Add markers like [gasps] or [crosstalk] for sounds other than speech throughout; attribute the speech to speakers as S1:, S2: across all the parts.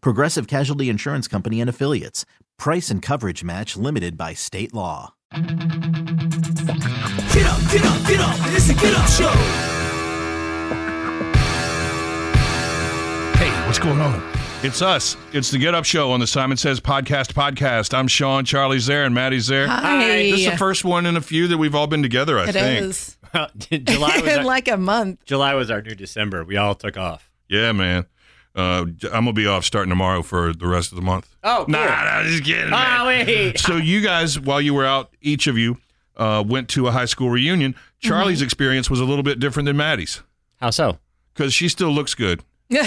S1: Progressive Casualty Insurance Company and Affiliates. Price and coverage match limited by state law.
S2: Get up, get up, get up. It's a get up show.
S3: Hey, what's going on? It's us. It's the Get Up Show on the Simon Says Podcast podcast. I'm Sean, Charlie's there, and Maddie's there.
S4: Hi.
S3: This is the first one in a few that we've all been together, I
S4: It
S3: think.
S4: is.
S5: [laughs] Well, July
S4: [laughs]
S5: was
S4: in
S5: our,
S4: like a month.
S5: July was our new December. We all took off.
S3: Yeah, man. Uh, j- I'm gonna be off starting tomorrow for the rest of the month.
S5: Oh, cool.
S3: nah, nah, just kidding. man.
S5: Oh wait.
S3: So you guys, while you were out, each of you uh, went to a high school reunion.
S4: Mm-hmm.
S3: Charlie's experience was a little bit different than Maddie's
S5: How so?
S3: because she still looks good.
S5: [laughs]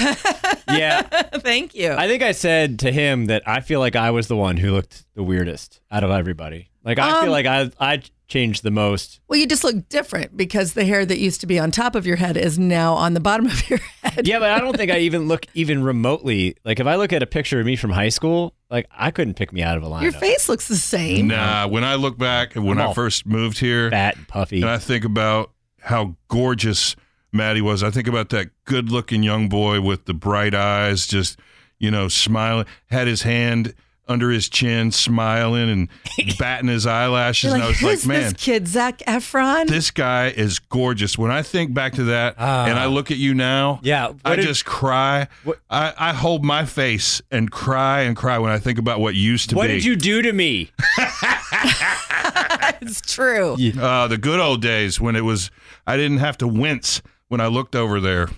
S4: [laughs]
S5: Yeah,
S4: Thank you.
S5: I think I said to him that I feel like I was the one who looked the weirdest out of everybody. Like I
S4: Um,
S5: feel like I I changed the most.
S4: well, you just look different because the hair that used to be on top of your head is now on the bottom of your [laughs] head.
S5: Yeah, but I don't think I even look even remotely like if I look at a picture of me from high school, like I couldn't pick me out of a lineup.
S4: Your face looks the same.
S3: Nah, when I look back, when
S5: I'm
S3: I
S5: all
S3: first moved here,
S5: fat and puffy.
S3: and I think about how gorgeous Maddie was. I think about that good looking young boy with the bright eyes, just, you know, smiling, had his hand under his chin, smiling and
S5: [laughs]
S3: batting his eyelashes.
S4: You're
S3: and I
S4: like,
S3: was like,
S4: who's
S3: man,
S4: this kid, Zach Efron?
S3: this guy is gorgeous. When I think back to that
S5: Ah.
S3: and I look at you now,
S5: Yeah,
S3: I
S5: what did-
S3: just cry.
S5: What-
S3: I, I hold my face and cry and cry when I think about what used to
S5: what
S3: be.
S5: did you do to me?
S4: it's true.
S3: uh, the good old days when it was, I didn't have to wince when I looked over there.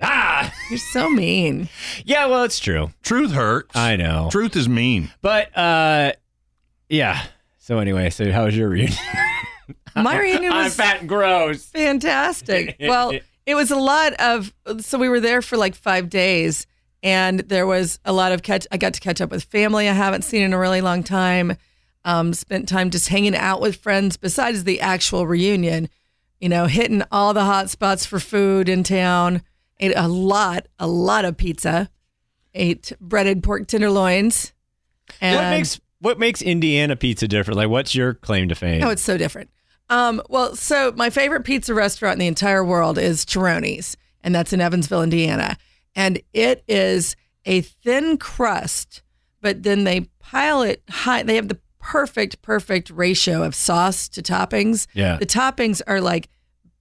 S5: Ah.
S4: You're so
S5: [laughs]
S4: mean.
S5: Yeah, well, it's true.
S3: Truth hurts.
S5: I know.
S3: Truth is mean.
S5: But uh yeah. So anyway, so how was your
S4: [laughs]
S5: reunion?
S4: My reunion
S5: I'm
S4: was
S5: fat and gross. [laughs]
S4: fantastic. Well, it was a lot of so we were there for like five days, and there was a lot of catch. I got to catch up with family I haven't seen in a really long time. Um, spent time just hanging out with friends besides the actual reunion. You know, hitting all the hot spots for food in town. Ate a lot, a lot of pizza. Ate breaded pork tenderloins. And
S5: what makes what makes Indiana pizza different? Like, what's your claim to fame?
S4: Oh, it's so different. Um, well, so my favorite pizza restaurant in the entire world is Chironi's, and that's in Evansville, Indiana. And it is a thin crust, but then they pile it high. They have the perfect, perfect ratio of sauce to toppings.
S5: Yeah.
S4: The toppings are like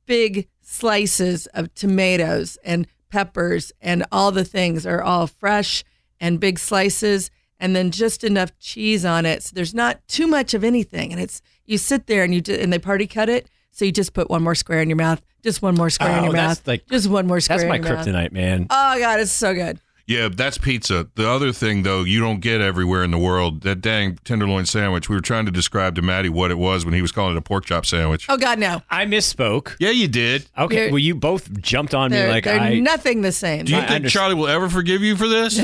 S4: big slices of tomatoes and peppers and all the things are all fresh and big slices and then just enough cheese on it so there's not too much of anything and it's you sit there and you ju- and they party cut it so you just put one more square in your mouth just one more square in
S5: Oh,
S4: your
S5: that's
S4: mouth
S5: like-
S4: just one more square
S5: That's
S4: in
S5: my
S4: your mouth.
S5: kryptonite, man.
S4: oh god it's so good
S3: Yeah, that's pizza. The other thing, though, you don't get everywhere in the world. That dang tenderloin sandwich. We were trying to describe to Maddie what it was when he was calling it a pork chop sandwich.
S4: oh god no
S5: I misspoke.
S3: Yeah, you did.
S5: Okay,
S4: They're-
S5: well, you both jumped on me
S4: they're,
S5: like
S4: they're
S5: I
S4: nothing the same
S3: Do you
S5: I
S3: think
S5: understand.
S3: Charlie will ever forgive you for this?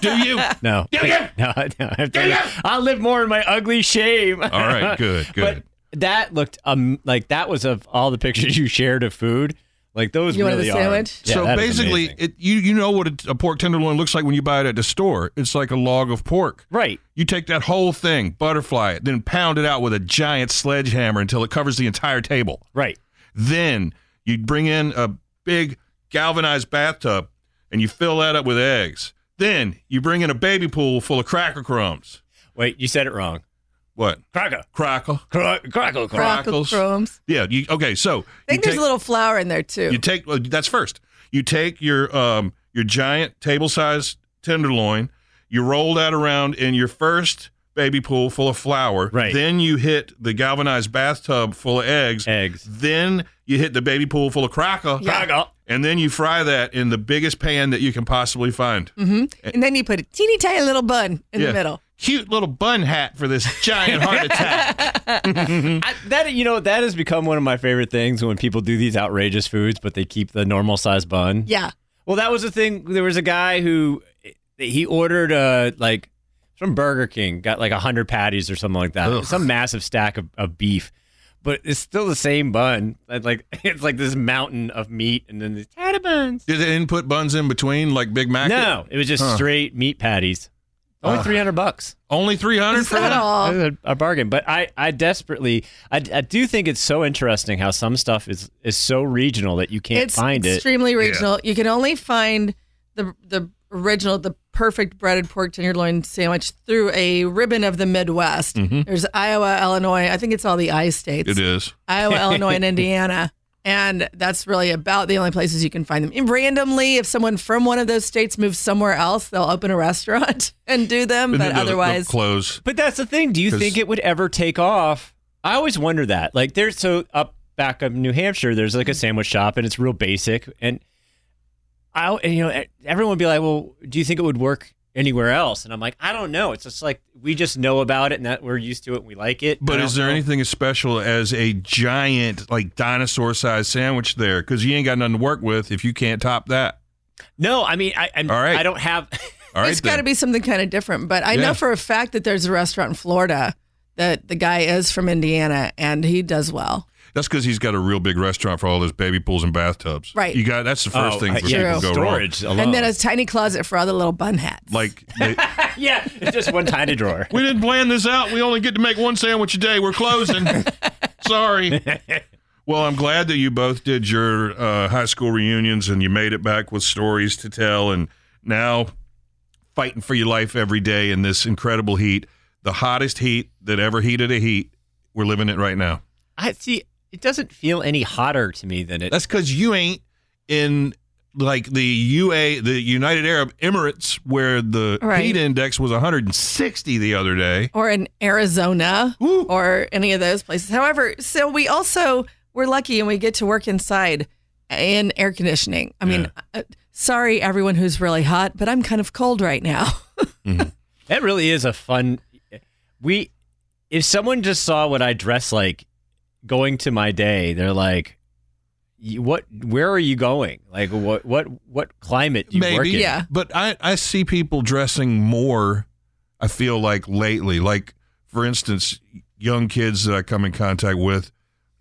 S3: Do you?
S5: [laughs] no,
S3: Yeah,
S5: Wait,
S3: yeah.
S5: no, no. I have to- I'll live more in my ugly shame.
S3: All right, good, Oh, good.
S5: [laughs] But that looked um like that was of all the pictures you shared of food. Like those
S4: You wanted
S5: really
S4: a
S5: are-
S4: sandwich?
S5: Yeah,
S3: so
S5: that is
S3: basically,
S5: amazing.
S3: it, you you know what a, a pork tenderloin looks like when you buy it at the store. It's like a log of pork.
S5: right.
S3: You take that whole thing, butterfly it, then pound it out with a giant sledgehammer until it covers the entire table.
S5: Right.
S3: Then you bring in a big galvanized bathtub and you fill that up with eggs. Then you bring in a baby pool full of cracker crumbs.
S5: Wait, you said it wrong.
S3: What?
S5: Cracker.
S3: Crackle.
S5: Cra- Crackle.
S4: Crackle
S5: crackle.
S3: crackles.
S4: crumbs.
S3: Yeah. You, okay. So
S4: i think
S3: you
S4: there's a little flour in there too
S3: you take well, that's first. You take your um your giant table sized tenderloin. You You roll that around in your first baby pool full of flour.
S5: Right.
S3: Then you hit the galvanized bathtub full of eggs.
S5: Eggs.
S3: Then you hit the baby pool full of cracker.
S4: Yeah.
S5: Cracker.
S3: And then you fry that in the biggest pan that you can possibly find.
S4: Mm-hmm. And then you put a teeny tiny little bun in
S3: Yeah.
S4: the middle.
S3: Cute little bun hat for this giant heart
S4: [laughs]
S3: attack.
S5: I, that you know that has become one of my favorite things when people do these outrageous foods, but they keep the normal size bun.
S4: Yeah.
S5: Well, that was the thing. There was a guy who he ordered uh like from Burger King, got like hundred patties or something like that,
S3: Ugh.
S5: some massive stack of, of beef. But it's still the same bun. And, Like [laughs] it's like this mountain of meat, and then these tiny buns.
S3: Did they didn't put buns in between like Big Mac?
S5: No, it was just
S3: Huh.
S5: straight meat patties. Only three hundred bucks.
S3: Only 300
S4: It's
S3: for
S4: not
S3: that?
S4: all.
S5: It was a, a bargain. But I, I desperately, I, I do think it's so interesting how some stuff is is so regional that you can't
S4: it's
S5: find it.
S4: extremely regional. You can only find the the original, the perfect breaded pork tenderloin sandwich through a ribbon of the Midwest.
S5: Mm-hmm.
S4: There's Iowa, Illinois. I think it's all the I states.
S3: It is.
S5: [laughs]
S4: Iowa, Illinois, and Indiana. And that's really about the only places you can find them. And randomly, if someone from one of those states moves somewhere else, they'll open a restaurant [laughs] and do them.
S3: And then
S4: But
S3: they'll- they'll
S4: otherwise,
S3: uh, close.
S5: But that's the thing. Do you
S3: 'Cause-
S5: think it would ever take off? I always wonder that. Like there's so up back up in New Hampshire, there's like a sandwich shop and it's real basic. And I and, you know everyone would be like, well, do you think it would work anywhere else? And I'm like, I don't know. It's just like we just know about it and that we're used to it and we like it. I
S3: But
S5: don't
S3: is there
S5: know.
S3: anything as special as a giant, like dinosaur sized sandwich there? Because you ain't got nothing to work with if you can't top that.
S5: No, I mean I I'm,
S3: All right.
S5: I don't have. [laughs]
S3: All right.
S4: it's got to
S3: then.
S4: be something kind of different. But I
S3: Yeah.
S4: know for a fact that there's a restaurant in Florida that the guy is from Indiana and he does well.
S3: That's because he's got a real big restaurant for all his baby pools and bathtubs.
S4: Right.
S3: You got that's the first
S5: Oh,
S3: thing
S5: uh,
S3: for
S5: yeah,
S3: people to go
S5: storage alone. [laughs]
S4: And then a tiny closet for all the little bun hats.
S3: wrong. Like they,
S5: yeah, it's just one tiny drawer.
S3: we didn't plan this out. We only get to make one sandwich a day. We're closing. Sorry. Well, I'm glad that you both did your uh, high school reunions and you made it back with stories to tell, and now fighting for your life every day in this incredible heat, the hottest heat that ever heated a heat. We're living it right now.
S5: I see. It doesn't feel any hotter to me than it.
S3: That's because you ain't in like the UA, the United Arab Emirates, where the
S4: Right.
S3: heat index was 160 the other day.
S4: or in Arizona
S3: Ooh.
S4: or any of those places. However, so we also we're lucky and we get to work inside in air conditioning. I mean, uh, sorry everyone who's really hot, but I'm kind of cold right now. [laughs]
S5: That really is a fun. We, if someone just saw what I dress like, going to my day, they're like, "You- "What? Where are you going? Like, what? What? What climate do you work
S3: Maybe,
S5: in?"
S4: Yeah.
S3: But I, I see people dressing more. I feel like lately, like for instance, young kids that I come in contact with,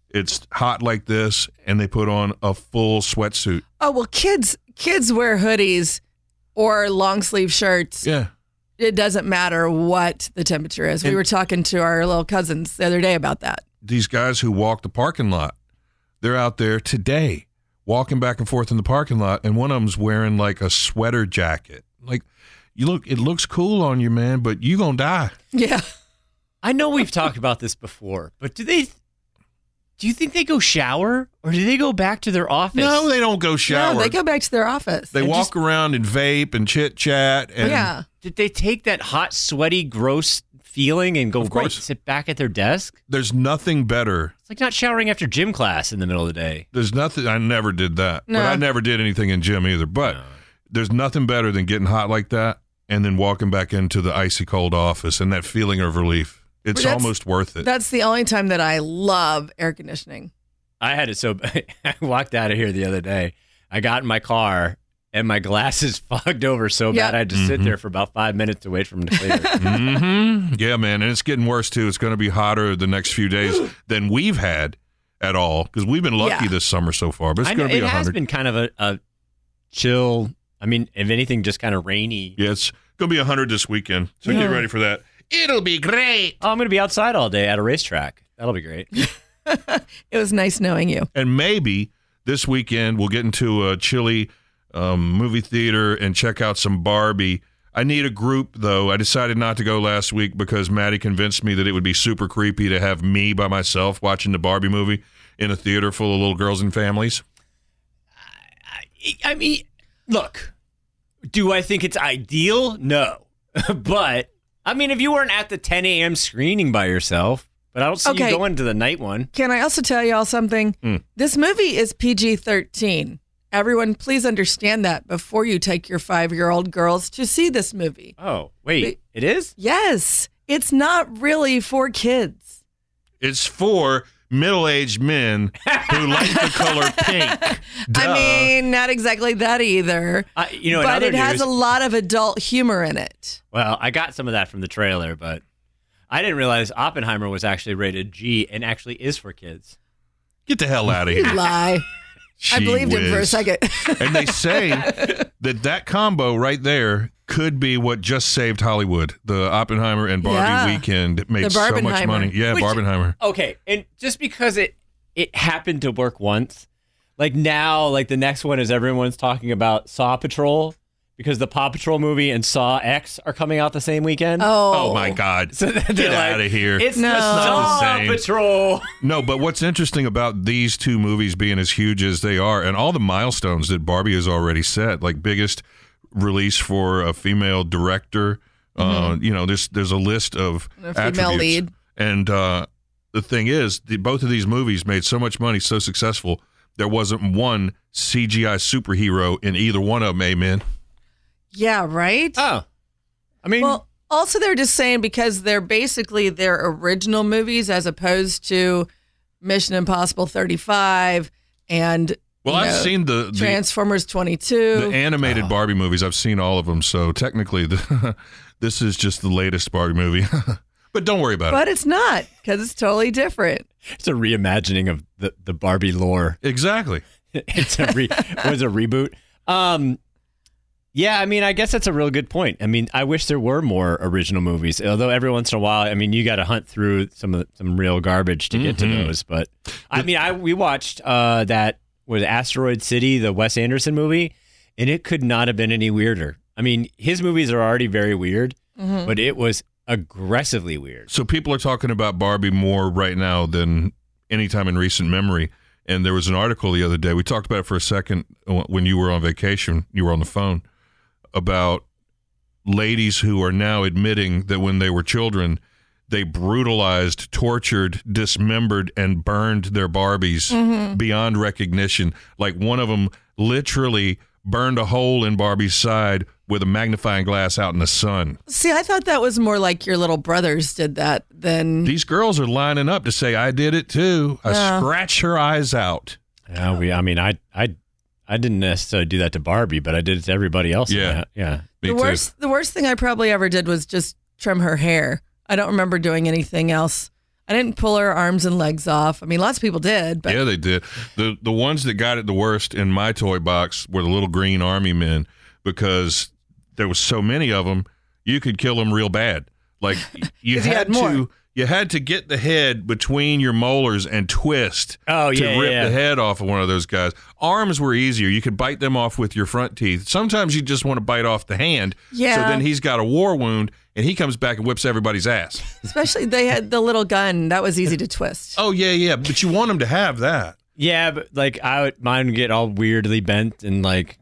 S3: it's hot like this, and they put on a full sweatsuit.
S4: oh, well kids kids wear hoodies or long sleeve shirts.
S3: Yeah.
S4: It doesn't matter what the temperature is.
S3: And-
S4: we were talking to our little cousins the other day about that. [laughs]
S3: these guys who walk the parking lot. They're out there today walking back and forth in the parking lot, and one of them's wearing like a sweater jacket. Like, you look, it looks cool on you, man, but you gonna die.
S4: Yeah.
S5: I know we've talked about this before, but do they? Do you think they go shower or do they go back to their office?
S3: No, they don't go shower.
S4: No,
S3: they
S4: they go back to their office.
S5: and
S3: walk
S5: just-
S3: around and vape and chit chat. And
S4: yeah.
S5: Did they take that hot, sweaty, gross feeling and go
S3: Of
S5: right
S3: course.
S5: sit back at their desk?
S3: there's nothing better.
S5: It's like not showering after gym class in the middle of the day.
S3: There's nothing. I never did that.
S4: No.
S3: But I never did anything in gym either. But there's nothing better than getting hot like that and then walking back into the icy cold office and that feeling of relief. It's
S4: That's-
S3: almost worth it.
S4: That's the only time that [laughs] I love air conditioning.
S5: I had it so [laughs] b- I walked out of here the other day. I got in my car and my glasses [laughs] fogged over so
S4: Yeah.
S5: bad I had to sit there for about five minutes to wait for them to [laughs] clear.
S3: Mm-hmm. Yeah, man, and it's getting worse too. It's going to be hotter the next few
S4: [gasps]
S3: days than we've had at all because we've been lucky
S4: Yeah.
S3: this summer so far. But
S5: I
S3: it's
S5: know,
S3: going to
S5: it
S3: be
S5: has
S3: hundred.
S5: been kind of a, a chill. I mean, if anything, just kind of rainy.
S3: Yeah, it's going to be hundred this weekend. So get ready for that. It'll be great.
S5: Oh, I'm going to be outside all day at a racetrack. That'll be great.
S4: It was nice knowing you.
S3: And maybe this weekend we'll get into a chilly um, movie theater and check out some Barbie. I need a group though. I decided not to go last week because Maddie convinced me that it would be super creepy to have me by myself watching the Barbie movie in a theater full of little girls and families.
S5: I mean, look, do I think it's ideal? No. [laughs] but I mean, if you weren't at the 10 a.m. screening by yourself, but I don't see
S4: Okay.
S5: you going to the night one.
S4: Can I also tell y'all something?
S5: Hmm.
S4: This movie is PG 13. Everyone, please understand that before you take your five year old girls to see this movie.
S5: Oh, wait, it is?
S4: Yes, it's not really for kids.
S3: It's for middle-aged men who like the
S4: [laughs]
S3: color pink. Duh.
S4: I mean, not exactly that either.
S5: I, you know, in
S4: but
S5: other
S4: it has
S5: news-
S4: a lot of adult humor in
S5: [laughs]
S4: it.
S5: Well, I got some of that from the trailer, but I didn't realize Oppenheimer was actually rated G and actually is for kids.
S3: get the hell out of here.
S4: Lie. I
S3: Gee
S4: believed him for a
S3: whiz.
S5: [laughs]
S4: second.
S3: and they say that that combo right there could be what just saved Hollywood. The Oppenheimer and Barbie
S4: Yeah.
S3: weekend made
S4: The
S3: so much
S4: Barbenheimer.
S3: money. Yeah,
S5: Which-
S3: Barbenheimer.
S5: Okay, and just because it it happened to work once, like now, like the next one is everyone's talking about Saw Patrol because the Paw Patrol movie and Saw X are coming out the same weekend.
S4: oh.
S3: Oh, my God.
S5: [laughs] So then
S3: Get
S5: they're like,
S3: out of here.
S5: It's
S4: No.
S5: the Saw
S3: Same.
S5: Patrol.
S3: No, but what's interesting about these two movies being as huge as they are and all the milestones that Barbie has already set, like biggest release for a female director. Uh, you know, there's there's a list of
S4: Mm-hmm. A female
S3: attributes.
S4: lead.
S3: And uh, the thing is, the, both of these movies made so much money, so successful. There wasn't one CGI superhero in either one of them. Amen.
S4: Yeah, right?
S5: Oh, I mean,
S4: Well, also they're just saying because they're basically their original movies as opposed to Mission Impossible 35 and
S3: Well,
S4: you
S3: I've
S4: know,
S3: seen the, the
S4: Transformers 22.
S3: The animated Barbie movies, I've seen all of them, so technically, the, [laughs] this is just the latest Barbie movie. [laughs] but don't worry about
S4: but it's not because it's totally different.
S5: it's a reimagining of the the Barbie lore.
S3: it. Exactly.
S5: [laughs] it's a re- was a reboot. Um, yeah, I mean, I guess that's a real good point. I mean, I wish there were more original movies. Although every once in a while, I mean, you got to hunt through some of the, some real garbage to get to those. But I mean, I we watched uh, that was Asteroid City, the Wes Anderson movie, and it could not have been any weirder. I mean, his movies are already very weird, but it was aggressively weird.
S3: So people are talking about Barbie more right now than any time in recent memory. And there was an article the other day. We talked about it for a second when you were on vacation. You were on the phone about ladies who are now admitting that when they were children, they brutalized, tortured, dismembered, and burned their Barbies beyond recognition. Like one of them literally burned a hole in Barbie's side with a magnifying glass out in the sun.
S4: See, I thought that was more like your little brothers did that than
S3: These girls are lining up to say, I did it too. I scratch her eyes out.
S5: Yeah, Uh, we. I mean, I I I didn't necessarily do that to Barbie, but I did it to everybody else. in
S3: Yeah.
S5: that. yeah.
S3: Me too.
S4: the worst. The worst thing I probably ever did was just trim her hair. I don't remember doing anything else. I didn't pull her arms and legs off. I mean, lots of people did, but
S3: Yeah, they did. The the ones that got it the worst in my toy box were the little green army men because there was so many of them, you could kill them real bad. Like you
S4: 'Cause you had
S3: had
S4: more.
S3: to you had to get the head between your molars and twist
S5: Oh,
S3: to
S5: yeah,
S3: rip
S5: yeah.
S3: the head off of one of those guys. Arms were easier. You could bite them off with your front teeth. Sometimes you just want to bite off the hand.
S4: Yeah.
S3: So then he's got a war wound and he comes back and whips everybody's ass.
S4: especially they had the little gun that was easy to twist.
S3: Oh yeah, yeah. But you want him to have that.
S5: Yeah, but like I would, mine would get all weirdly bent and like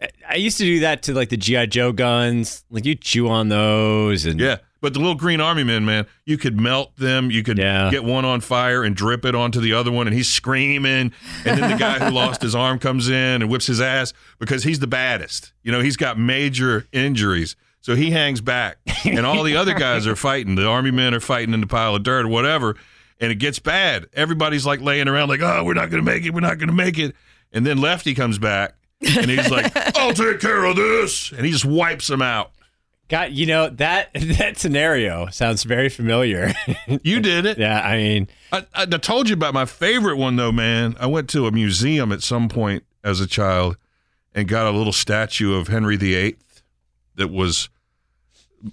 S5: I- I used to do that to like the GI Joe guns. Like you chew on those and
S3: Yeah. But the little green army men, man, you could melt them. You could
S5: Yeah.
S3: get one on fire and drip it onto the other one, and he's screaming. And then the guy who lost his arm comes in and whips his ass because he's the baddest. You know, he's got major injuries. So he hangs back, and all the other guys are fighting. The army men are fighting in the pile of dirt or whatever, and it gets bad. Everybody's like laying around, like, oh, we're not going to make it. We're not going to make it. And then Lefty comes back, and he's like, I'll take care of this. And he just wipes them out.
S5: God, you know that [laughs] that scenario sounds very familiar. [laughs]
S3: You did it.
S5: yeah, I
S3: [laughs]
S5: mean,
S3: I, I I told you about my favorite one though, man. I went to a museum at some point as a child and got a little statue of Henry VIII that was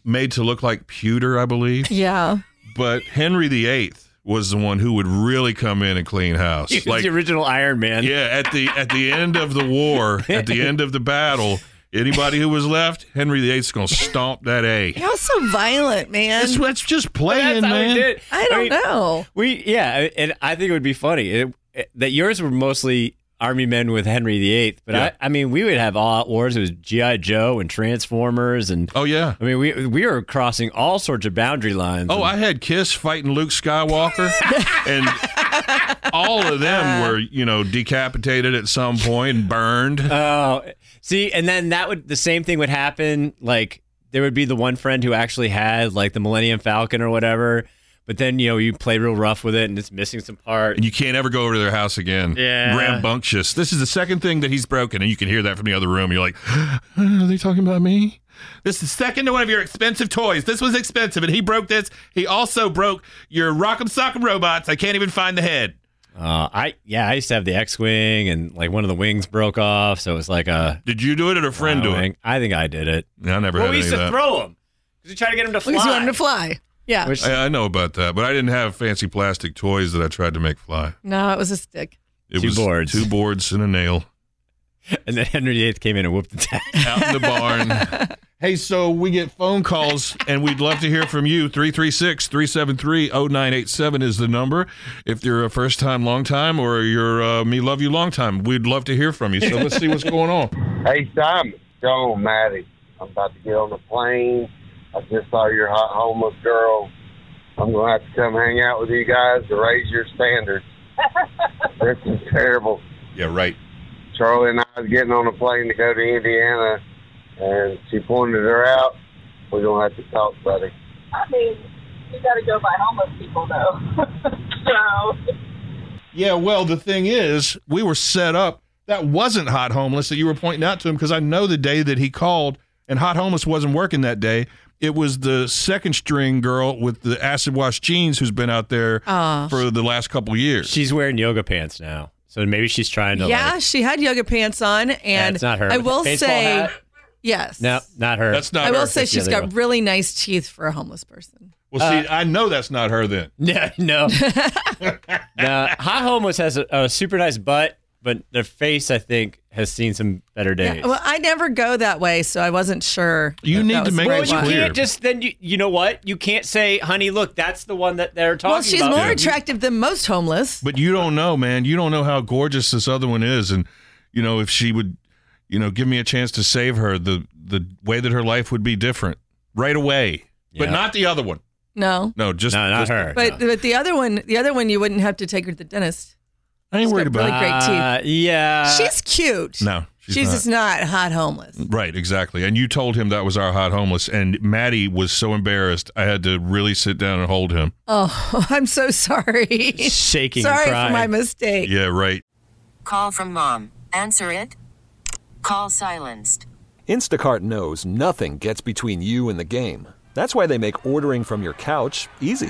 S3: made to look like pewter, I believe.
S4: Yeah.
S5: [laughs]
S3: But Henry VIII was the one who would really come in and clean house.
S5: [laughs] he was the original Iron Man.
S3: Yeah, at the at the end of the war, at the end of the battle, anybody who was left, Henry VIII's gonna stomp that A.
S5: [laughs]
S4: You're so violent, man.
S3: That's, that's just
S5: [laughs] That's
S3: playing,
S5: how we
S3: man.
S5: did. it.
S4: I don't
S5: mean,
S4: know.
S5: We yeah, and I think it would be funny it, that yours were mostly army men with Henry VIII, but
S3: Yeah.
S5: I, I mean, we would have all out wars. It was GI Joe and Transformers, and
S3: Oh yeah.
S5: I mean, we we were crossing all sorts of boundary lines.
S3: Oh,
S5: And-
S3: I had Kiss fighting Luke Skywalker,
S5: [laughs]
S3: and all of
S5: Uh.
S3: them were, you know, decapitated at some point and burned.
S5: Oh, see, and then that would the same thing would happen. Like there would be the one friend who actually had like the Millennium Falcon or whatever, but then you know you play real rough with it and it's missing some part.
S3: And you can't ever go over to their house again.
S5: Yeah.
S3: Rambunctious. This is the second thing that he's broken, and you can hear that from the other room. You're like, [gasps] are they talking about me? This is second to one of your expensive toys. This was expensive, and he broke this. He also broke your Rock'em Sock'em robots. I can't even find the head.
S5: Uh, I yeah, I used to have the X-wing and like one of the wings broke off, so it was like a
S3: Did you do it or a friend do it?
S5: wing. I think I did it.
S3: I never
S5: Well,
S3: had any
S5: we used
S3: of
S5: to
S3: that.
S5: throw them because we tried to get them to fly.
S4: Because you want him to fly. Yeah.
S5: Which-
S3: I, I know about that, but I didn't have fancy plastic toys that I tried to make fly.
S4: no, it was a stick.
S3: It
S5: Two
S3: was
S5: boards.
S3: two boards and a nail
S5: and then Henry VIII came in and whooped the [laughs] tack.
S3: out in the barn. [laughs] hey, so we get phone calls, and we'd love to hear from you. 336 373 0987 is the number. If you're a first time, long time, or you're uh, me love you long time, we'd love to hear from you. So let's see what's going on.
S6: Hey, Simon. Go, Maddie. I'm about to get on the plane. I just saw your hot homeless girl. I'm going to have to come hang out with you guys to raise your standards. this is terrible.
S3: Yeah, right.
S6: Charlie and I was getting on a plane to go to Indiana, and she pointed her out. We're going to have to talk, buddy.
S7: I mean, you gotta go by homeless people though. so
S3: Yeah, well, the thing is, we were set up. That wasn't Hot Homeless that you were pointing out to him because I know the day that he called and Hot Homeless wasn't working that day. It was the second string girl with the acid wash jeans who's been out there
S4: Aw.
S3: for the last couple of years.
S5: she's wearing yoga pants now, so maybe she's trying to.
S4: yeah,
S5: like,
S4: she had yoga pants on, and
S5: it's not her.
S4: I will
S5: Baseball
S4: say,
S5: hat?
S4: yes,
S5: no, not her.
S3: that's not
S4: I
S3: her.
S4: will say
S5: That's the
S4: she's
S5: other
S4: got
S5: one.
S4: really nice teeth for a homeless person.
S3: well, see,
S4: uh,
S3: I know that's not her then.
S5: No, [laughs] no. no hot homeless has a, a super nice butt, but their face, I think, has seen some better days.
S4: Yeah, well, I never go that way, so I wasn't sure.
S3: You
S4: if
S3: need
S4: that
S3: to
S4: was
S3: make
S4: the
S3: it
S4: right
S5: you
S3: clear.
S4: one.
S5: can't just then you you know what you can't say, honey, look, that's the one that they're talking
S4: Well, she's
S5: about.
S4: more
S3: Yeah.
S4: attractive than most homeless.
S3: But you don't know, man. You don't know how gorgeous this other one is, and you know if she would, you know, give me a chance to save her, the the way that her life would be different right away. But
S5: Yeah.
S3: not the other one.
S4: No,
S3: No, just
S5: no, not
S3: just-
S5: her.
S4: but but the other one, the other one, you wouldn't have to take her to the dentist.
S3: I ain't
S4: She's
S3: worried
S4: got
S3: about.
S4: really
S3: it.
S4: great teeth.
S5: Uh, yeah,
S4: she's cute.
S3: No, she's,
S4: she's, just not hot homeless.
S3: Right, exactly. And you told him that was our hot homeless, and Maddie was so embarrassed. I had to really sit down and hold him.
S4: Oh, [laughs] I'm so sorry.
S5: shaking.
S4: sorry
S5: and
S4: for
S5: crying.
S4: my mistake.
S3: Yeah, right.
S8: Call from mom. Answer it. Call silenced.
S9: Instacart knows nothing gets between you and the game. That's why they make ordering from your couch easy.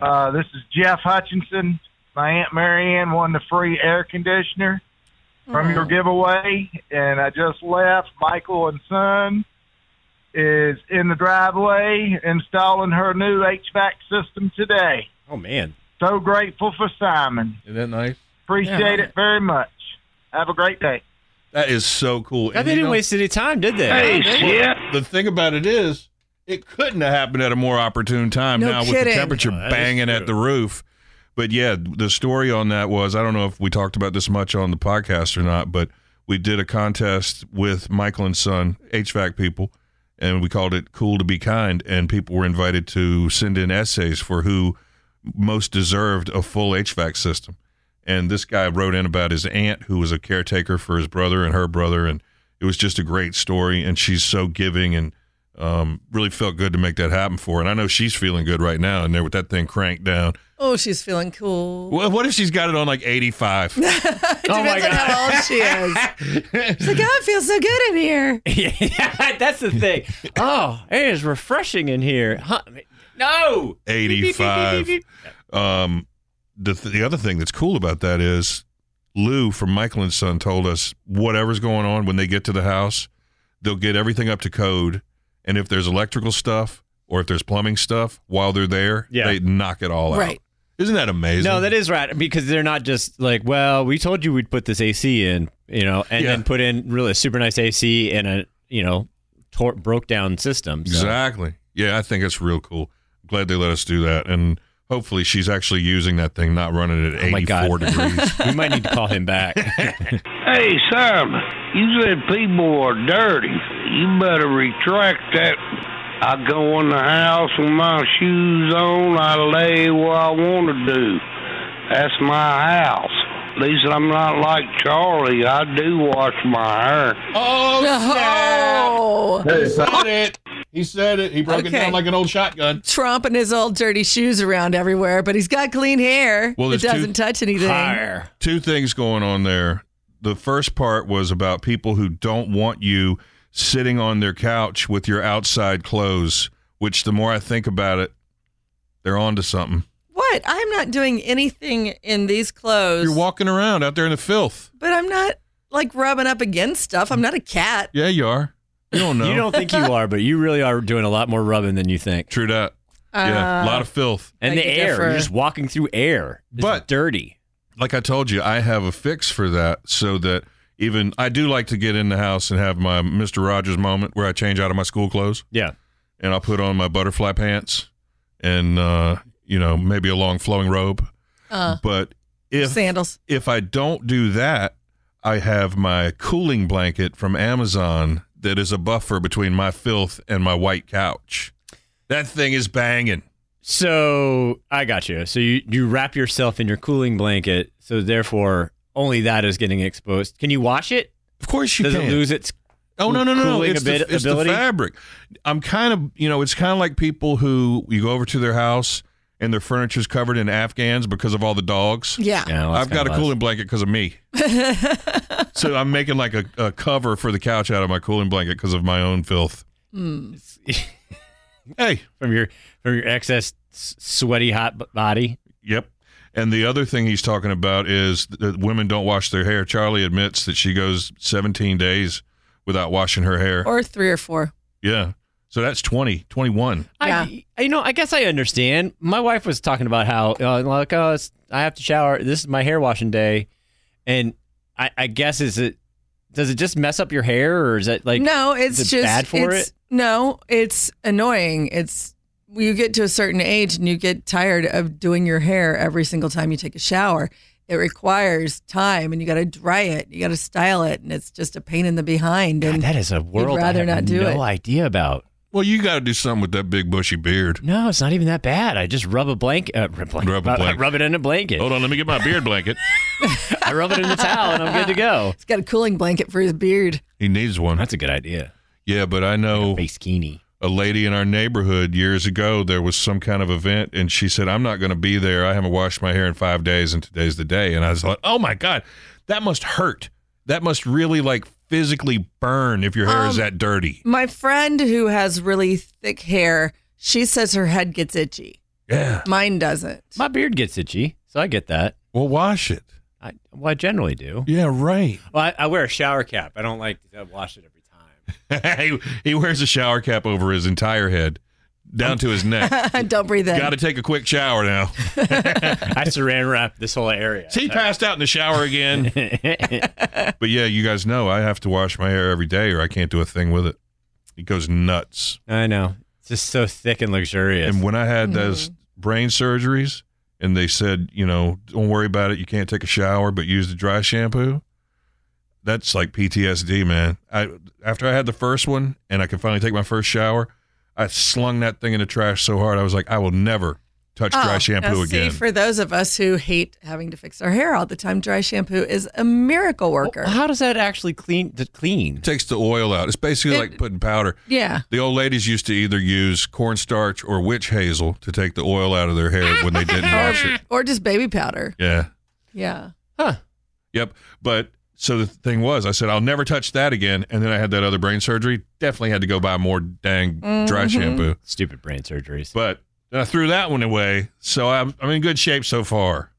S10: Uh, this is Jeff Hutchinson. My Aunt Marianne won the free air conditioner from your giveaway, and I just left. Michael and Son is in the driveway installing her new HVAC system today.
S5: oh man,
S10: So grateful for Simon.
S3: Isn't that nice?
S10: Appreciate
S4: Yeah.
S10: it very much. Have a great day.
S3: That is so cool.
S5: God, they didn't waste any time, did they?
S3: Hey,
S5: shit.
S3: The thing about it is, it couldn't have happened at a more opportune time
S4: No
S3: now with the
S4: kidding.
S3: temperature
S4: No, that is
S3: banging at
S4: true.
S3: the roof. But yeah, the story on that was I don't know if we talked about this much on the podcast or not, but we did a contest with Michael and Son, HVAC people, and we called it Cool to Be Kind. And people were invited to send in essays for who most deserved a full HVAC system. And this guy wrote in about his aunt who was a caretaker for his brother and her brother. And it was just a great story. And she's so giving and um, really felt good to make that happen for her. And I know she's feeling good right now in there with that thing cranked down.
S4: Oh, she's feeling cool. [laughs]
S3: Well, what Oh if she's got it on like 85?
S4: It
S5: Oh,
S4: depends on how old
S3: [laughs]
S4: she is. She's like, oh, it feels so good in here.
S5: [laughs] yeah, [laughs] that's the thing. Oh, it is refreshing in here. Huh? No.
S3: 85. Um, the, th- the other thing that's cool about that is Lou from Michael and Son told us whatever's going on when they get to the house, they'll get everything up to code. And if there's electrical stuff or if there's plumbing stuff while they're there,
S5: Yeah.
S3: they knock it all out.
S5: Right.
S3: Isn't that amazing?
S5: No, that is right because they're not just like, well, we told you we'd put this AC in, you know, and then put in really a super nice AC and a, you know, tor- broke down system. So-
S3: Exactly. Yeah, I think it's real cool. I'm glad they let us do that. And hopefully she's actually using that thing, not running
S5: Oh
S3: it at
S5: [laughs]
S3: 84 degrees.
S5: we might need to call
S3: [laughs]
S5: him back.
S11: Hey, Simon, you said people are dirty. You better retract that. I go in the house with my shoes on. I lay where I want to do. That's my house. At least I'm not like Charlie. I do wash my hair.
S4: [laughs]
S3: Oh,
S4: no.
S3: He said it. He said it. He broke it down
S4: Oh. Okay.
S3: like an old shotgun.
S4: Trump and his old dirty shoes around everywhere, but he's got clean hair.
S3: Well,
S4: it
S3: there's two-
S4: doesn't touch anything.
S3: Two things going on there. The first part was about people who don't want you sitting on their couch with your outside clothes, which the more I think about it, they're onto something.
S4: What? I'm not doing anything in these clothes.
S3: You're walking around out there in the filth.
S4: But I'm not like rubbing up against stuff. I'm not a cat.
S3: Yeah, you are. You don't know.
S5: [laughs] You don't think you are, but you really are doing a lot more rubbing than you think.
S3: True that. yeah, a lot of filth.
S5: And the air. You're just walking through air. It's
S3: But-
S5: dirty.
S3: like I told you, I have a fix for that so that even I do like to get in the house and have my Mr. Rogers moment where I change out of my school clothes.
S5: Yeah.
S3: And I'll put on my butterfly pants and, uh, you know, maybe a long flowing robe.
S4: Uh,
S3: But if
S4: sandals.
S3: If I don't do that, I have my cooling blanket from Amazon that is a buffer between my filth and my white couch. That thing is banging.
S5: So I got you. So you, you wrap yourself in your cooling blanket. So therefore, only that is getting exposed. Can you wash it?
S3: Of course you
S5: Does
S3: can.
S5: it lose its
S3: Oh no no no no!
S5: cooling
S3: It's,
S5: abi-
S3: the, it's the
S5: ability?
S3: fabric. I'm kind of you know it's kind of like people who you go over to their house and their furniture's covered in Afghans because of all the dogs.
S4: Yeah. Yeah, well, that's
S3: I've got a
S5: kinda
S3: cooling blanket because of
S4: [laughs]
S3: me. so I'm making like a, a cover for the couch out of my cooling blanket because of my own filth.
S4: Hmm.
S5: [laughs]
S3: Hey,
S5: from your from your excess s- sweaty hot b- body.
S3: Yep. And the other thing he's talking about is that women don't wash their hair. Charlie admits that she goes 17 days without washing her hair.
S4: Or three or four.
S3: yeah. So that's 20, 21.
S5: I, you know, I guess I understand. My wife was talking about how, uh, like, oh, it's, I have to shower. This is my hair washing day, and I, I guess is it does it just mess up your hair, or is it like
S4: no, it's
S5: is it
S4: just
S5: bad for
S4: it's-
S5: it?
S4: No, it's annoying. It's you get to a certain age and you get tired of doing your hair every single time you take a shower. It requires time, and you got to dry it, you got to style it, and it's just a pain in the behind. And
S5: that is a world
S4: You'd rather
S5: I have
S4: not do
S5: no
S4: it.
S5: idea about.
S3: Well, you got to do something with that big bushy beard.
S5: No, it's not even that bad. I just rub a blanket, uh, rub, a blanket,
S3: Rub a blanket.
S5: rub it in a blanket.
S3: Hold on, let me get my beard blanket.
S5: [laughs] I rub it in the towel, and I'm good to go.
S4: He's got a cooling blanket for his beard.
S3: [laughs] He needs one.
S5: That's a good idea.
S3: Yeah, but I know
S5: Baskini.
S3: a lady in our neighborhood years ago. There was some kind of event, and she said, "I'm not going to be there. I haven't washed my hair in five days, and today's the day." And I was like, "Oh my god, that must hurt. That must really like physically burn if your hair is
S4: Um,
S3: that dirty."
S4: My friend who has really thick hair, she says her head gets itchy.
S3: Yeah.
S4: Mine doesn't.
S5: My beard gets itchy, so I get that.
S3: Well, wash it.
S5: I well, I generally do.
S3: Yeah, [laughs] right.
S5: Well, I, I wear a shower cap. I don't like to wash it every.
S3: he, he wears a shower cap over his entire head. down to his [laughs] neck.
S4: [laughs] Don't breathe in.
S3: Got to take a quick shower now. [laughs]
S5: I saran wrap this whole area.
S3: He passed out in the shower [laughs] again. but yeah, you guys know I have to wash my hair every day, or I can't do a thing with it. It goes nuts.
S5: [laughs] I know. It's just so thick and luxurious.
S3: And when I had those brain surgeries, and they said, you know, don't worry about it. You can't take a shower, but use the dry shampoo. That's like PTSD, man. I after I had the first one, and I could finally take my first shower. I slung that thing in the trash so hard. I was like, I will never touch dry
S4: Oh,
S3: shampoo
S4: now
S3: again.
S4: See, for those of us who hate having to fix our hair all the time, dry shampoo is a miracle worker.
S5: how does that actually clean? The clean?
S3: takes the oil out. It's basically like putting powder.
S4: Yeah.
S3: The old ladies used to either use cornstarch or witch hazel to take the oil out of their hair when they didn't wash
S4: [laughs]
S3: it.
S4: Or just baby powder.
S3: Yeah.
S4: Yeah.
S3: Yep. But so the thing was, I said, I'll never touch that again. And then I had that other brain surgery. Definitely had to go buy more dang dry
S5: Mhm.
S3: shampoo.
S5: Stupid brain surgeries.
S3: But then I threw that one away. So I'm, I'm in good shape so far.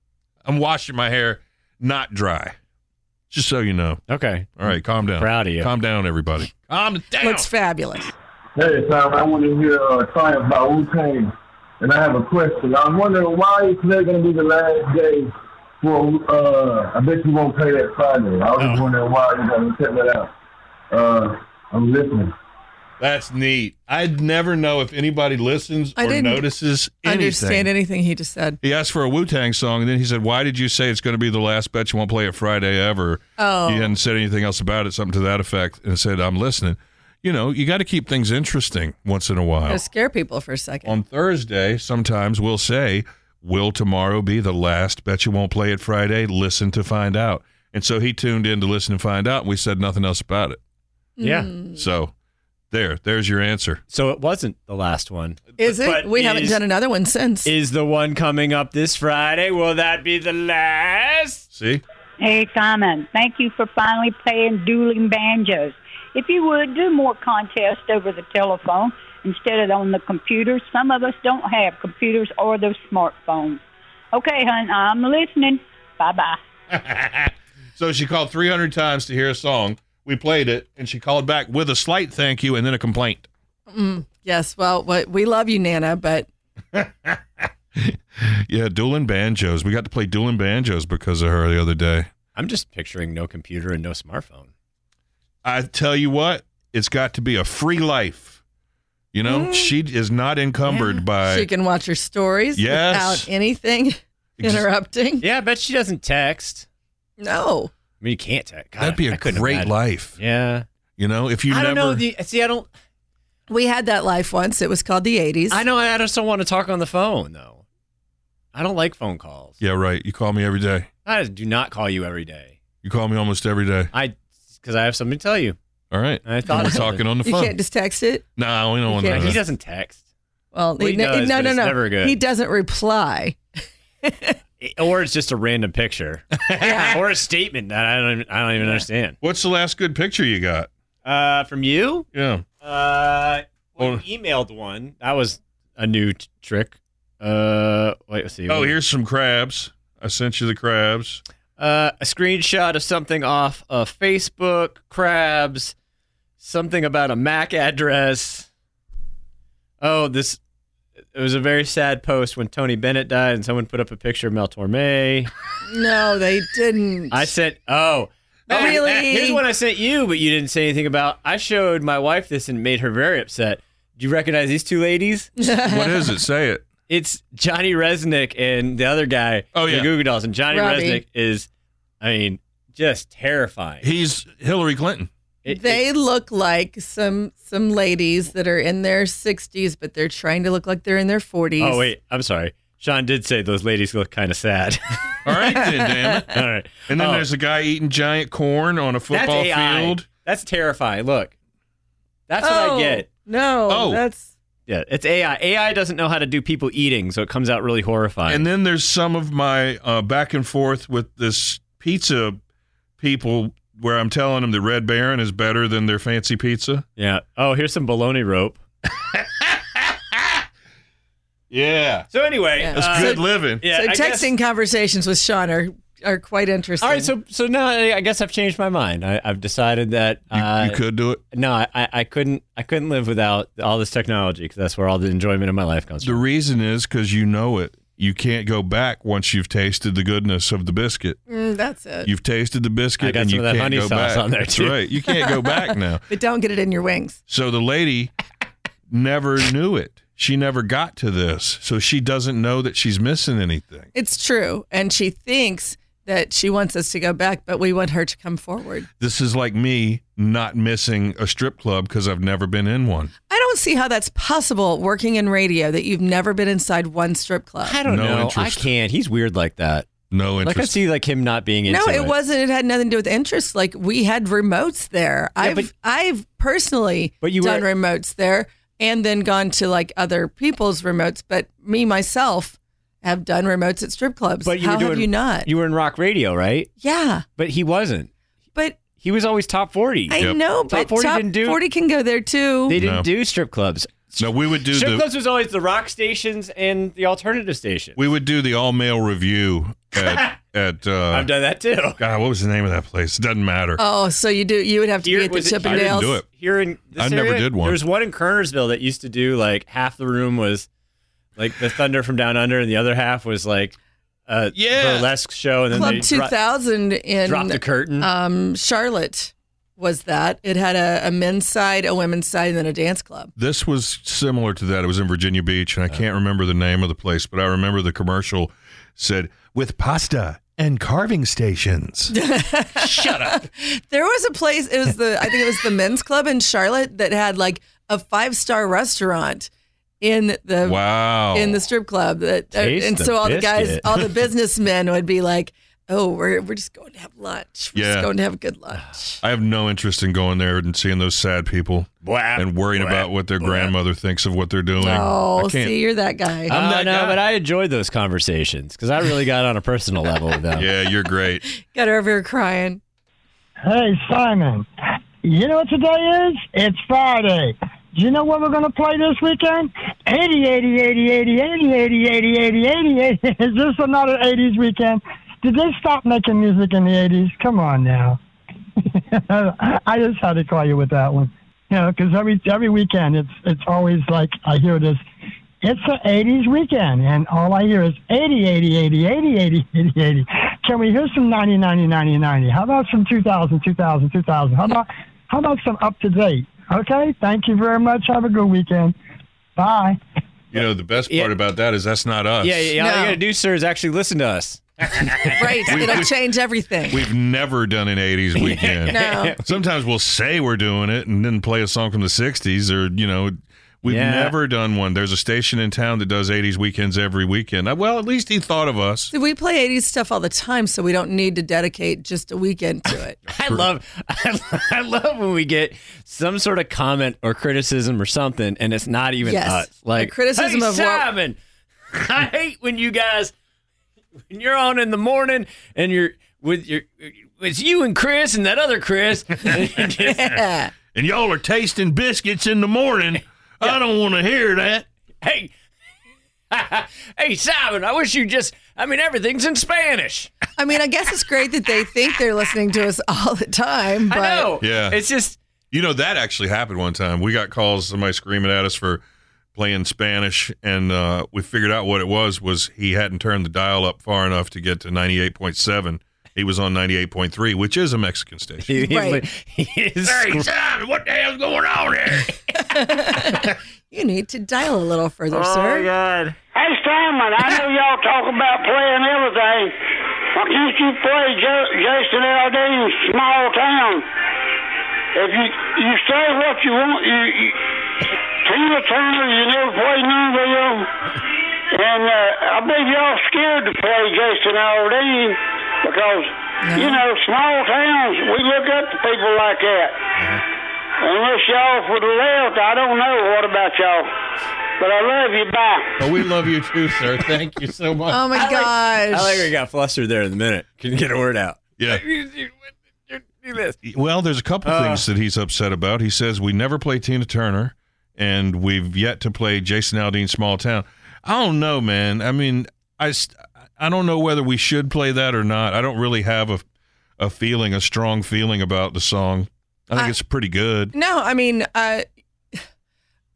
S3: I'm washing my hair not dry. Just so you know.
S5: Okay.
S3: All right. Calm down.
S5: Proud of you.
S3: Calm down, everybody. Calm down.
S4: Looks fabulous.
S12: Hey, Tom, I want to uh, hear a song by Wu Tang, and I have a question. I'm wondering why is today going to be the last day for? Uh, I bet you won't play that Friday. I was just wondering why you're going to check that out. Uh, I'm listening.
S3: That's neat. I'd never know if anybody listens
S4: I
S3: or
S4: didn't
S3: notices anything.
S4: Understand anything he just said.
S3: He asked for a Wu Tang song, and then he said, "Why did you say it's going to be the last bet you won't play it Friday ever?"
S4: Oh.
S3: you hadn't said anything else about it, something to that effect, and said, "I'm listening." You know, you got to keep things interesting once in a while.
S4: Gotta scare people for a second.
S3: On Thursday, sometimes we'll say, "Will tomorrow be the last bet you won't play it Friday?" Listen to find out. And so he tuned in to listen and find out, and we said nothing else about it.
S5: Yeah.
S4: Mm.
S3: So there, there's your answer.
S5: So it wasn't the last one.
S4: Is it?
S5: But
S4: we haven't
S5: is-
S4: done another one since.
S5: Is the one coming up this Friday? Will that be the last?
S3: See?
S13: Hey, Simon, thank you for finally playing dueling banjos. If you would, do more contests over the telephone instead of on the computer. Some of us don't have computers or those smartphones. Okay, hon, I'm listening. Bye bye.
S3: So she called 300 times to hear a song. We played it, and she called back with a slight thank you and then a complaint.
S4: Mm, yes. Well, what, we love you, Nana, but
S3: Yeah, dueling banjos. We got to play dueling banjos because of her the other day.
S5: I'm just picturing no computer and no smartphone.
S3: I tell you what, it's got to be a free life. You know,
S4: Mm.
S3: she is not encumbered by.
S4: she can watch her stories
S3: Yes.
S4: without anything interrupting.
S5: Yeah, I bet she doesn't text.
S4: No.
S5: I mean, you can't text. God,
S3: that'd be
S5: I
S3: a
S5: couldn't
S3: great
S5: imagine.
S3: life.
S5: Yeah.
S3: You know, if you
S5: I
S3: never.
S5: don't know. The, see, I don't.
S4: We had that life once. It was called the 80s.
S5: I know. I just don't want to talk on the phone though. I don't like phone calls.
S3: yeah, right. You call me every day.
S5: I do not call you every day.
S3: You call me almost every day.
S5: I because I have something to tell you.
S3: All right.
S5: I
S3: And
S5: thought
S3: we're
S5: of something.
S3: talking on the
S4: You
S3: phone.
S4: can't just text it.
S3: no, we don't want
S5: Yeah,
S3: to.
S5: he doesn't text.
S4: Well,
S5: Well, he
S4: ne-
S5: does,
S4: no,
S5: but
S4: no,
S5: it's
S4: no.
S5: never good.
S4: He doesn't reply.
S5: Or it's just a
S3: [laughs]
S5: random picture, or a statement that I don't. I don't even understand.
S3: What's the last good picture you got?
S5: Uh, from you?
S3: Yeah.
S5: Uh, well, you emailed one. That was a new t- trick. Uh, wait, let's see.
S3: Oh, here's some crabs. I sent you the crabs.
S5: uh, a screenshot of something off of Facebook. Crabs. Something about a MAC address. Oh, this. It was a very sad post when Tony Bennett died, and someone put up a picture of Mel Torme.
S4: No, they didn't. [laughs]
S5: I sent. Oh,
S4: Oh, really?
S5: Here's one I sent you, but you didn't say anything about. I showed my wife this and made her very upset. Do you recognize these two ladies?
S3: What is it? Say it.
S5: It's Johnny Resnick and the other guy.
S3: Oh, yeah.
S5: the Goo Goo Dolls. And Johnny
S4: Robbie.
S5: Resnick is, I mean, just terrifying.
S3: He's Hillary Clinton.
S5: It-
S4: they look like some some ladies that are in their 60s, but they're trying to look like they're in their 40s.
S5: oh wait, I'm sorry. Sean did say those ladies look kind of sad. [laughs]
S3: All right, then, damn it.
S5: All right,
S3: And then
S5: Oh,
S3: there's a guy eating giant corn on a [laughs] football
S5: that's AI.
S3: field.
S5: That's terrifying. Look, that's what
S4: Oh,
S5: I get.
S4: No,
S3: Oh.
S4: that's
S5: Yeah, it's AI. AI doesn't know how to do people eating, so it comes out really horrifying.
S3: And then there's some of my uh, back and forth with this pizza people where I'm telling them that Red Baron is better than their fancy pizza.
S5: Yeah. Oh, here's some
S3: [laughs]
S5: bologna rope.
S3: Yeah.
S5: So anyway,
S4: Yeah.
S3: That's
S5: uh,
S3: good living.
S5: Yeah,
S4: so
S5: uh, I guess-
S4: texting conversations with Sean are are quite interesting.
S5: All right, so so now I I guess I've changed my mind. I, I've decided that uh,
S3: you could do it.
S5: No, I, I I couldn't. I couldn't live without all this technology because that's where all the enjoyment of my life comes
S3: The reason is because you know it. You can't go back once you've tasted the goodness of the biscuit.
S4: Mm, that's it.
S3: You've tasted the biscuit,
S5: Uh, I got
S3: and
S5: some
S3: you
S5: of that
S3: can't
S5: honey
S3: go
S5: sauce
S3: back.
S5: on there,
S3: That's
S5: too.
S3: right. You can't go
S5: [laughs]
S3: back now.
S4: but don't get it in your wings.
S3: So the lady never knew it. She never got to this, so she doesn't know that she's missing anything.
S4: It's true. And she thinks that she wants us to go back, but we want her to come forward.
S3: This is like me not missing a strip club because I've never been in one.
S4: I don't see how that's possible working in radio that you've never been inside one strip club.
S5: I don't
S3: No
S5: know.
S3: interest.
S5: I can't. He's weird like that.
S3: No
S5: Like I
S3: interest.
S5: see like him not being into
S4: No, it wasn't. It had nothing to do with interest. Like we had remotes there. I've
S5: but-
S4: I've personally
S5: But you
S4: done
S5: were-
S4: remotes there, and then gone to like other people's remotes. But me myself have done remotes at strip clubs.
S5: But you
S4: how
S5: were doing,
S4: have you not?
S5: You were in rock radio, right?
S4: yeah,
S5: But he wasn't.
S4: but
S5: He was always top forty.
S4: I know.
S5: Top
S4: But
S5: 40
S4: top
S5: didn't do-
S4: forty can go there too.
S5: They didn't
S3: No.
S5: do strip clubs.
S3: No, we would do
S5: strip
S3: the
S5: clubs was always the rock stations and the alternative station.
S3: we would do the all male
S5: [laughs]
S3: review at at. Uh,
S5: I've done that too.
S3: God, what was the name of that place? It doesn't matter.
S4: oh, so you do. You would have to
S5: Here-
S4: be at the
S5: was it-
S3: I didn't
S4: Chippendales.
S3: do it.
S5: Here in this
S3: I never
S5: area,
S3: did one.
S5: There was one in Kernersville that used to do like half the room was like the Thunder from Down Under, and the other half was like a
S3: Yeah.
S5: burlesque show, and then
S4: Club
S5: they
S4: two
S5: dro-
S4: thousand in
S5: dropped the curtain. [laughs]
S4: um, Charlotte was that. It had a, a men's side, a women's side, and then a dance club.
S3: This was similar to that. It was in Virginia Beach, and I can't remember the name of the place, but I remember the commercial said with pasta and carving stations.
S5: [laughs]
S3: Shut up.
S4: There was a place. It was the I think it was the men's club in Charlotte that had like a five star restaurant in the
S3: Wow.
S4: in the strip club. That uh,
S5: Taste
S4: and
S5: the
S4: so all the guys,
S5: biscuit.
S3: [laughs]
S4: all the businessmen would be like, "Oh, we're we're just going to have lunch. We're
S3: Yeah.
S4: just going to have a good lunch."
S3: [sighs] I have no interest in going there and seeing those sad people and worrying about
S4: [laughs]
S3: what their grandmother thinks of what they're doing.
S4: Oh,
S3: I can't.
S4: see, you're that guy.
S5: Oh,
S3: that
S5: no,
S3: guy.
S5: but I enjoyed those conversations because I really got on a personal level with
S3: [laughs]
S5: them.
S3: yeah, you're great.
S4: Got her over here crying.
S14: Hey, Simon, you know what today is? It's Friday. Do you know what we're going to play this weekend? 80, 80, 80, 80, 80, 80, 80, 80, 80, 80. [laughs] Is this another 80s weekend? Did they stop making music in the 80s? Come on now. [laughs] I just had to call you with that one. You know, 'cause every, every weekend it's, it's always like I hear this, it's an 80s weekend, and all I hear is 80, 80, 80, 80, 80, 80, 80. Can we hear some 90, 90, 90, 90? How about some 2000, 2000, 2000? How about, how about some up to date? Okay, thank you very much. Have a good weekend. Bye.
S3: You know, the best part
S5: Yeah.
S3: about that is that's not us.
S5: Yeah, yeah, yeah. All
S4: No.
S5: you gotta do, sir, is actually listen to us.
S4: Right,
S3: We-
S4: it'll
S3: we-
S4: change everything.
S3: We've never done an
S5: [laughs]
S3: 80s weekend.
S4: No.
S3: Sometimes we'll say we're doing it and then play a song from the 60s or, you know, we've
S5: Yeah.
S3: never done one. There's a station in town that does 80s weekends every weekend. Uh, Well, at least he thought of us.
S4: See, We play 80s stuff all the time, so we don't need to dedicate just a weekend to
S3: [laughs]
S4: it.
S5: I love, [laughs] I, lo- I love when we get some sort of comment or criticism or something, and it's not even
S4: Yes.
S5: us. Like
S4: A criticism
S5: "Hey,
S4: of what-
S5: Simon, [laughs] I hate when you guys when you're on in the morning and you're with your it's you and Chris and that other Chris. [laughs] and just-
S4: Yeah.
S3: And y'all are tasting biscuits in the
S5: [laughs]
S3: morning. I don't want to hear that.
S5: hey, [laughs] hey, Simon, I wish you just. I mean, everything's in Spanish.
S4: I mean, I guess it's great that they think they're listening to us all the time, but
S5: I know.
S3: Yeah.
S5: it's just.
S3: You know, that actually happened one time. We got calls, somebody screaming at us for playing Spanish, and uh, we figured out what it was, was he hadn't turned the dial up far enough to get to 98.7. He was on 98.3, which is a Mexican station.
S5: He, [laughs]
S4: Right.
S5: he, he is
S3: Hey, Simon, what the hell's going on here?
S4: you need to dial a little further,
S5: Oh,
S4: sir.
S5: God.
S11: Hey, Simon, I know y'all talk about playing everything. Why can't you play J- Jason Aldean's Small Town? If you you say what you want, you, you Tina Turner, you never play none of them. And uh, I believe y'all scared to play Jason Aldean because, you know, small towns, we look up to people like that. Unless y'all for the left, I don't know what about y'all. But I love you. Bye.
S3: Oh, we love you too, sir. Thank you so much.
S4: Oh my
S5: I like-
S4: gosh.
S5: I like we got flustered there in the minute. Couldn't get a word out. [laughs]
S3: Yeah.
S5: Do this.
S3: Well, there's a couple
S5: Uh.
S3: things that he's upset about. He says we never play Tina Turner, and we've yet to play Jason Aldean Small Town. I don't know, man. I mean, I st- I- I don't know whether we should play that or not. I don't really have a a feeling, a strong feeling about the song. I think
S4: I-
S3: it's pretty good.
S4: No, I mean, uh, [sighs]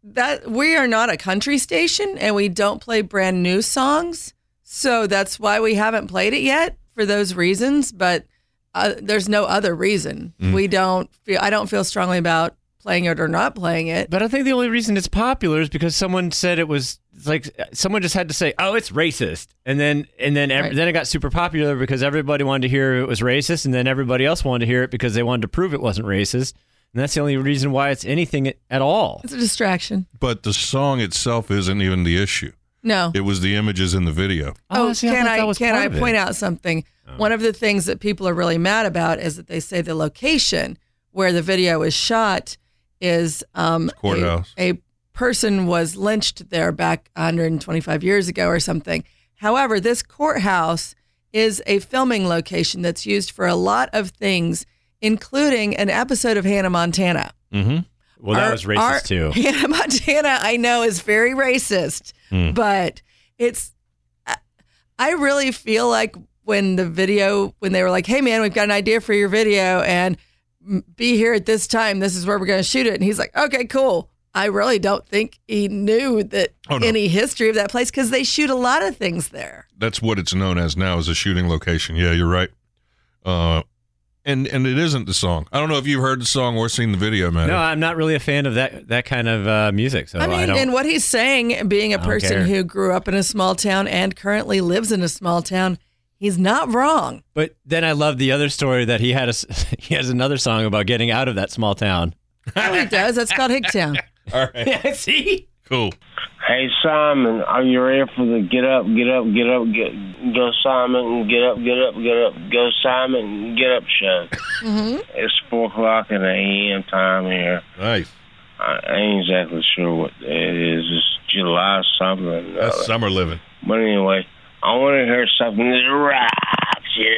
S4: that we are not a country station and we don't play brand new songs. So that's why we haven't played it yet for those reasons. But uh, there's no other reason.
S5: Mm.
S4: We don't feel, I don't feel strongly about playing it or not playing it.
S5: But I think the only reason it's popular is because someone said it was it's like someone just had to say, "Oh, it's racist," and then and then ev-
S4: Right.
S5: then it got super popular because everybody wanted to hear it was racist, and then everybody else wanted to hear it because they wanted to prove it wasn't racist, and that's the only reason why it's anything at- at all.
S4: It's a distraction.
S3: But the song itself isn't even the issue.
S4: No.
S3: It was the images in the video.
S4: Oh, can I, can
S5: part
S4: I
S5: of it.
S4: point out something? One of the things that people are really mad about is that they say the location where the video is shot is um, a-
S3: courthouse.
S4: A, person was lynched there back 125 years ago or something. However, this courthouse is a filming location that's used for a lot of things, including an episode of Hannah Montana.
S5: Mm-hmm. Well, that
S4: Our-
S5: was
S4: our-
S5: racist too.
S4: [laughs] Hannah Montana, I know, is very racist,
S5: Mm.
S4: but it's. I- I really feel like when the video, when they were like, "Hey, man, we've got an idea for your video, and m- be here at this time. This is where we're going to shoot it," and he's like, "Okay, cool." I really don't think he knew that
S3: Oh, no.
S4: any history of that place because they shoot a lot of things there.
S3: that's what it's known as now as a shooting location. Yeah, you're right. Uh, and and it isn't the song. I don't know if you've heard the song or seen the video, man.
S5: No, I'm not really a fan of that that kind of uh, music. So I,
S4: I mean,
S5: don't.
S4: and what he's saying, being a
S5: I don't
S4: person
S5: care.
S4: who grew up in a small town and currently lives in a small town, he's not wrong.
S5: but then I love the other story that he had a s- [laughs] he has another song about getting out of that small town.
S4: Oh, he does. That's called Hicktown.
S3: All
S5: [laughs] right. See? Cool.
S11: Hey Simon, are you ready for the get up, get up, get up, get go Simon, get up, get up, get up, go Simon, get up show? it's four o'clock in the AM time here.
S3: Nice.
S11: I ain't exactly sure what it is. It's July something. uh,
S3: That's summer living.
S11: But anyway, I want to hear something that rocks. You know,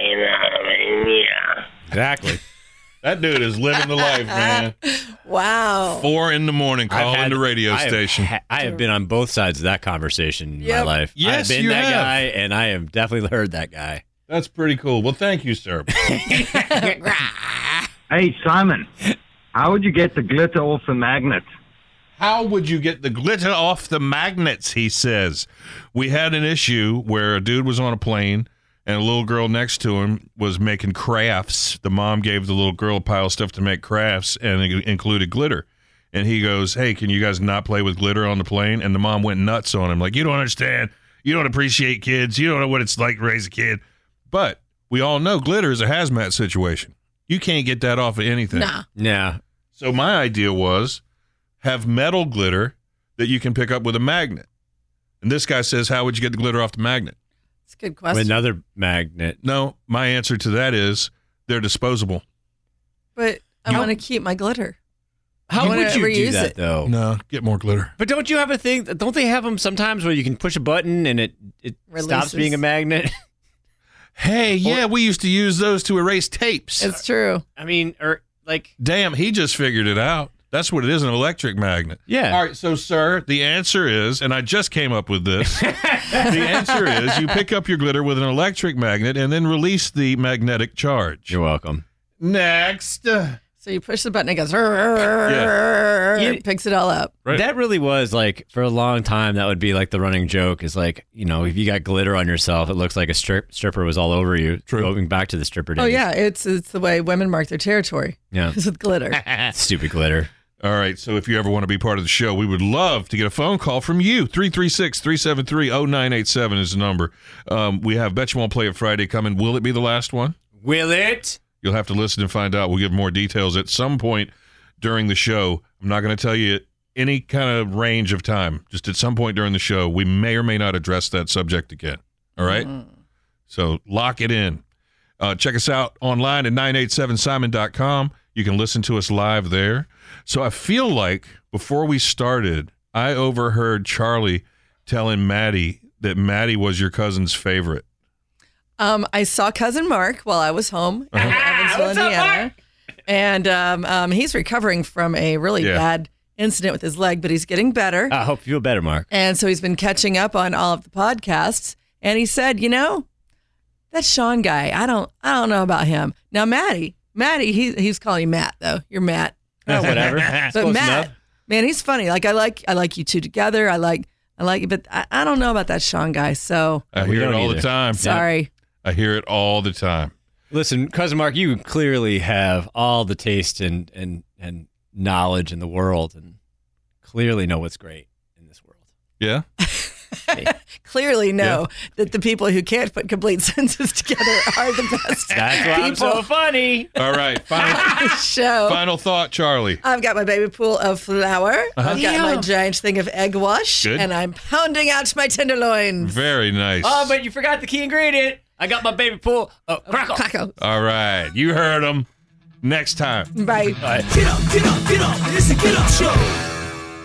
S11: you know what I mean? Yeah.
S3: Exactly. that dude is living the life, man.
S4: Wow.
S3: Four in the morning,
S5: I've
S3: calling
S5: had-
S3: the radio
S5: I have
S3: station.
S5: ha- I have been on both sides of that conversation in
S3: Yep.
S5: my life.
S3: Yes,
S5: I've been
S3: you
S5: that
S3: have.
S5: guy, and I have definitely heard that guy.
S3: That's pretty cool. Well, thank you, sir.
S15: Hey, Simon, how would you get the glitter off the magnet?
S3: How would you get the glitter off the magnets? He says. We had an issue where a dude was on a plane and a little girl next to him was making crafts. The mom gave the little girl a pile of stuff to make crafts and it included glitter. And he goes, Hey, can you guys not play with glitter on the plane? And the mom went nuts on him, like, You don't understand. You don't appreciate kids. You don't know what it's like to raise a kid. But we all know glitter is a hazmat situation. You can't get that off of anything.
S4: Nah.
S5: Yeah.
S3: So my idea was have metal glitter that you can pick up with a magnet. And this guy says, How would you get the glitter off the magnet?
S4: It's a good question.
S5: another magnet.
S3: No, my answer to that is they're disposable.
S4: But I want to keep my glitter.
S5: How
S4: I wanna
S5: would you
S4: reuse
S5: do that
S4: it.
S5: though?
S3: Oh, No, get more glitter.
S5: But don't you have a thing? Don't they have them sometimes where you can push a button and it it stops
S4: Releases.
S5: being a magnet? [laughs]
S3: Hey, yeah, we used to use those to erase tapes.
S4: It's true.
S5: I mean, or like
S3: Damn, he just figured it out. That's what it is an electric magnet.
S5: Yeah.
S3: All right, so, sir, the answer is, and I just came up with this [laughs] the answer is you pick up your glitter with an electric magnet and then release the magnetic charge.
S5: You're welcome.
S3: Next.
S4: So you push the button, it goes, yeah.
S5: Yeah.
S4: picks it all up.
S5: That really was like for a long time. That would be like the running joke is like you know if you got glitter on yourself, it looks like a strip, stripper was all over you. True. Going back to the stripper days.
S4: Oh yeah, it's it's the way women mark their territory. [laughs]
S5: Yeah. [laughs]
S4: it's with glitter.
S5: Stupid glitter.
S3: All right. So if you ever want to be part of the show, we would love to get a phone call from you. 336 373 0987 is the number. Um, we have Bet You Won't Play It Friday coming. Will it be the last one?
S5: Will it?
S3: You'll have to listen and find out. We'll give more details at some point during the show. I'm not going to tell you any kind of range of time. Just at some point during the show, we may or may not address that subject again. All right? So lock it in. Uh, check us out online at 987simon.com. You can listen to us live there. So I feel like before we started, I overheard Charlie telling Maddie that Maddie was your cousin's favorite.
S4: Um, I saw cousin Mark while I was home in Evansville, Indiana, and um, um, he's recovering from a really
S5: Yeah.
S4: bad incident with his leg, but he's getting better.
S5: I hope you feel better, Mark.
S4: And so he's been catching up on all of the podcasts. and he said, you know, that Sean guy, I don't, I don't know about him. Now, Matty, Matty, he, he's calling you Matt though. You're Matt.
S5: Oh, [laughs] whatever.
S4: but
S5: Close
S4: Matt,
S5: enough.
S4: man, he's funny. Like I like, I like you two together. I like, I like you, but I, I don't know about that Sean guy. So
S3: I hear it all the time.
S4: Sorry.
S3: I hear it all the time.
S5: Listen, cousin Mark, you clearly have all the taste and and and knowledge in the world, and clearly know what's great.
S3: Yeah.
S4: Clearly know that the people who can't put complete [laughs] sentences together are the best [laughs]
S5: That's why I'm so
S4: people.
S5: funny.
S3: All right.
S5: [laughs]
S3: Final,
S4: show.
S3: final thought, Charlie.
S4: I've got my baby pool of flour.
S3: Uh-huh.
S4: I've got my
S3: Yum.
S4: giant thing of egg wash,
S3: Good.
S4: and I'm pounding out my tenderloins.
S3: Very nice.
S5: Oh, but you forgot the key ingredient. I got my baby pool. Oh, crackle.
S3: All right. You heard him. Next time.
S4: Bye.
S2: Get up, get up, get up. It's a get up show.